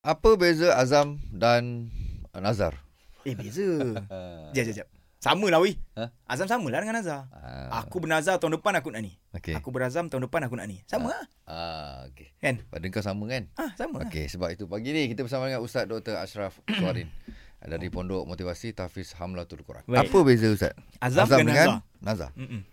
Apa beza Azam dan Nazar? Eh beza Jap jap jap Sama lah weh Ha? Azam sama lah dengan Azhar Ah, Aku bernazar tahun depan aku nak ni okey. Aku berazam tahun depan aku nak ni Sama lah Ah, okey. Kan? Pada kau sama kan? Ah, sama lah Okey, sebab itu pagi ni kita bersama dengan Ustaz Dr. Ashraf Suarin dari Pondok Motivasi Tahfiz Hamlatul Quran. Baik. Apa beza Ustaz? kan? Azam, dengan Azhar Nazar. Mm-mm.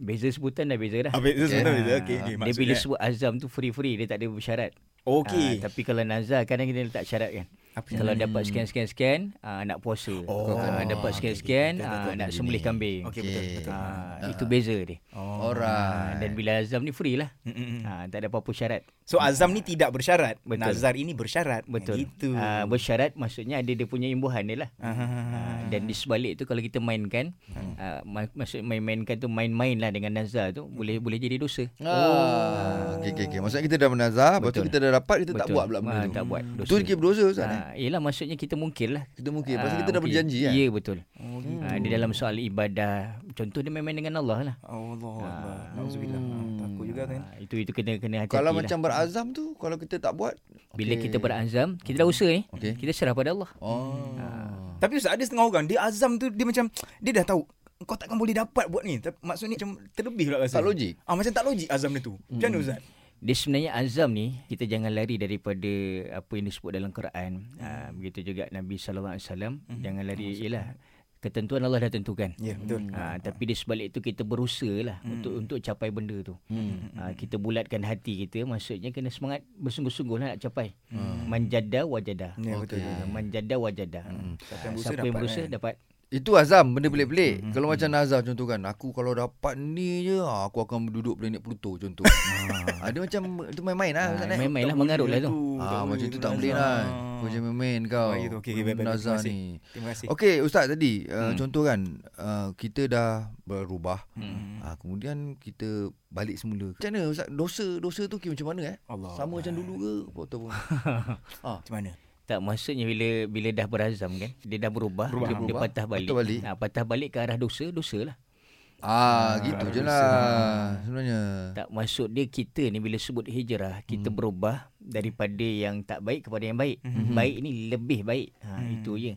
Beza sebutan dah beza dah. Ah, beza sebutan beza. Okey, okey, dia bila maksudnya- sebut azam tu free-free, dia tak ada syarat. Okey Ah, tapi kalau nazar kadang kita letak syarat kan. Apa Hmm. Kalau dapat sekian-sekian-sekian, ah, nak puasa. Oh, Ah, dapat okey, sekian-sekian, okey, okey. Betul, ah, betul, nak betul. sembelih kambing. Okey betul Okey. betul Ah, itu beza dia. Oh. Hmm, Ah, Alright. dan bila azam ni free lah. Mm-mm. Ah, tak ada apa-apa syarat. Mm, So Azam ni tidak bersyarat Betul. Nazar ini bersyarat Betul. Gitu ha, Ah, bersyarat maksudnya ada dia punya imbuhan dia lah. Ah, dan di sebalik tu kalau kita mainkan, Hmm. ah, ma- maksud main-mainkan tu main-main lah dengan nazar tu, boleh boleh jadi dosa. Ah, Ah, okey okey okey. Maksudnya kita dah bernazar, lepas tu Oh. Betul. kita dah dapat kita tak Betul. buat pula benda Ah, tu. tak buat. Itu kita berdosa Ustaz. eh? Ha, yelah maksudnya kita mungkin lah. Kita mungkin pasal Ah, kita dah mungkin. berjanji kan. Ya betul. Oh, gitu. ha, di dalam soal ibadah, contoh dia main-main dengan Allah lah. Allah Allah Nauzubillah Ah, Takut juga kan Ha, itu itu kena kena hati-hati Kalau lah. macam berazam tu kalau kita tak buat bila okey. kita berazam, kita dah usaha eh. Okey. Kita serah pada Allah. Ah. Oh. Tapi Ustaz ada setengah orang Dia azam tu Dia macam Dia dah tahu Kau takkan boleh dapat buat ni Tapi Maksudnya macam Terlebih pula rasa Tak logik. ah, Macam tak logik azam dia tu Macam mana Ustaz Dia sebenarnya azam ni kita jangan lari daripada apa yang disebut dalam Quran. Ha, begitu juga Nabi sallallahu alaihi wasallam jangan lari ialah ketentuan Allah dah tentukan. Ya betul Ha, tapi di sebalik itu kita berusaha lah hmm. untuk untuk capai benda tu. Hmm. Ha, kita bulatkan hati kita maksudnya kena semangat bersungguh-sungguh lah nak capai. Hmm. Manjada wajada. Ya betul Ha, manjada wajada. Hmm. Siapa yang berusaha Siapa dapat, yang berusaha kan? dapat. Itu azam benda Hmm, pelik-pelik. Mm-hmm. Kalau macam Nazar contoh kan, aku kalau dapat ni je, ah, aku akan duduk planet Pluto contoh. ha. Dia macam tu main-main Ah, lah Ha, Ustaz eh. main-main lah mengarut lah tu. Ah, macam tu tak boleh lah. Kau macam main-main kau. Oh, Ah. gitu. Okey, okey, baik, baik, baik. Nazar Terima kasih. ni. Terima kasih Okey ustaz tadi uh, hmm. contoh kan uh, kita dah berubah hmm. uh, kemudian kita balik semula. Macam mana ustaz dosa dosa tu kira macam mana eh? Allah. Sama macam dulu ke apa Ah, ataupun? Macam mana Tak maksudnya bila bila dah berazam kan, dia dah berubah, Berubah. dia, dia Berubah. patah balik. Patah balik. Ha, patah balik ke arah dosa, dosa lah. ah gitu je lah sebenarnya. Tak maksud dia kita ni bila sebut hijrah, Hmm. kita Hmm. berubah daripada yang tak baik kepada yang baik. Baik ni lebih baik. Ha, itu je.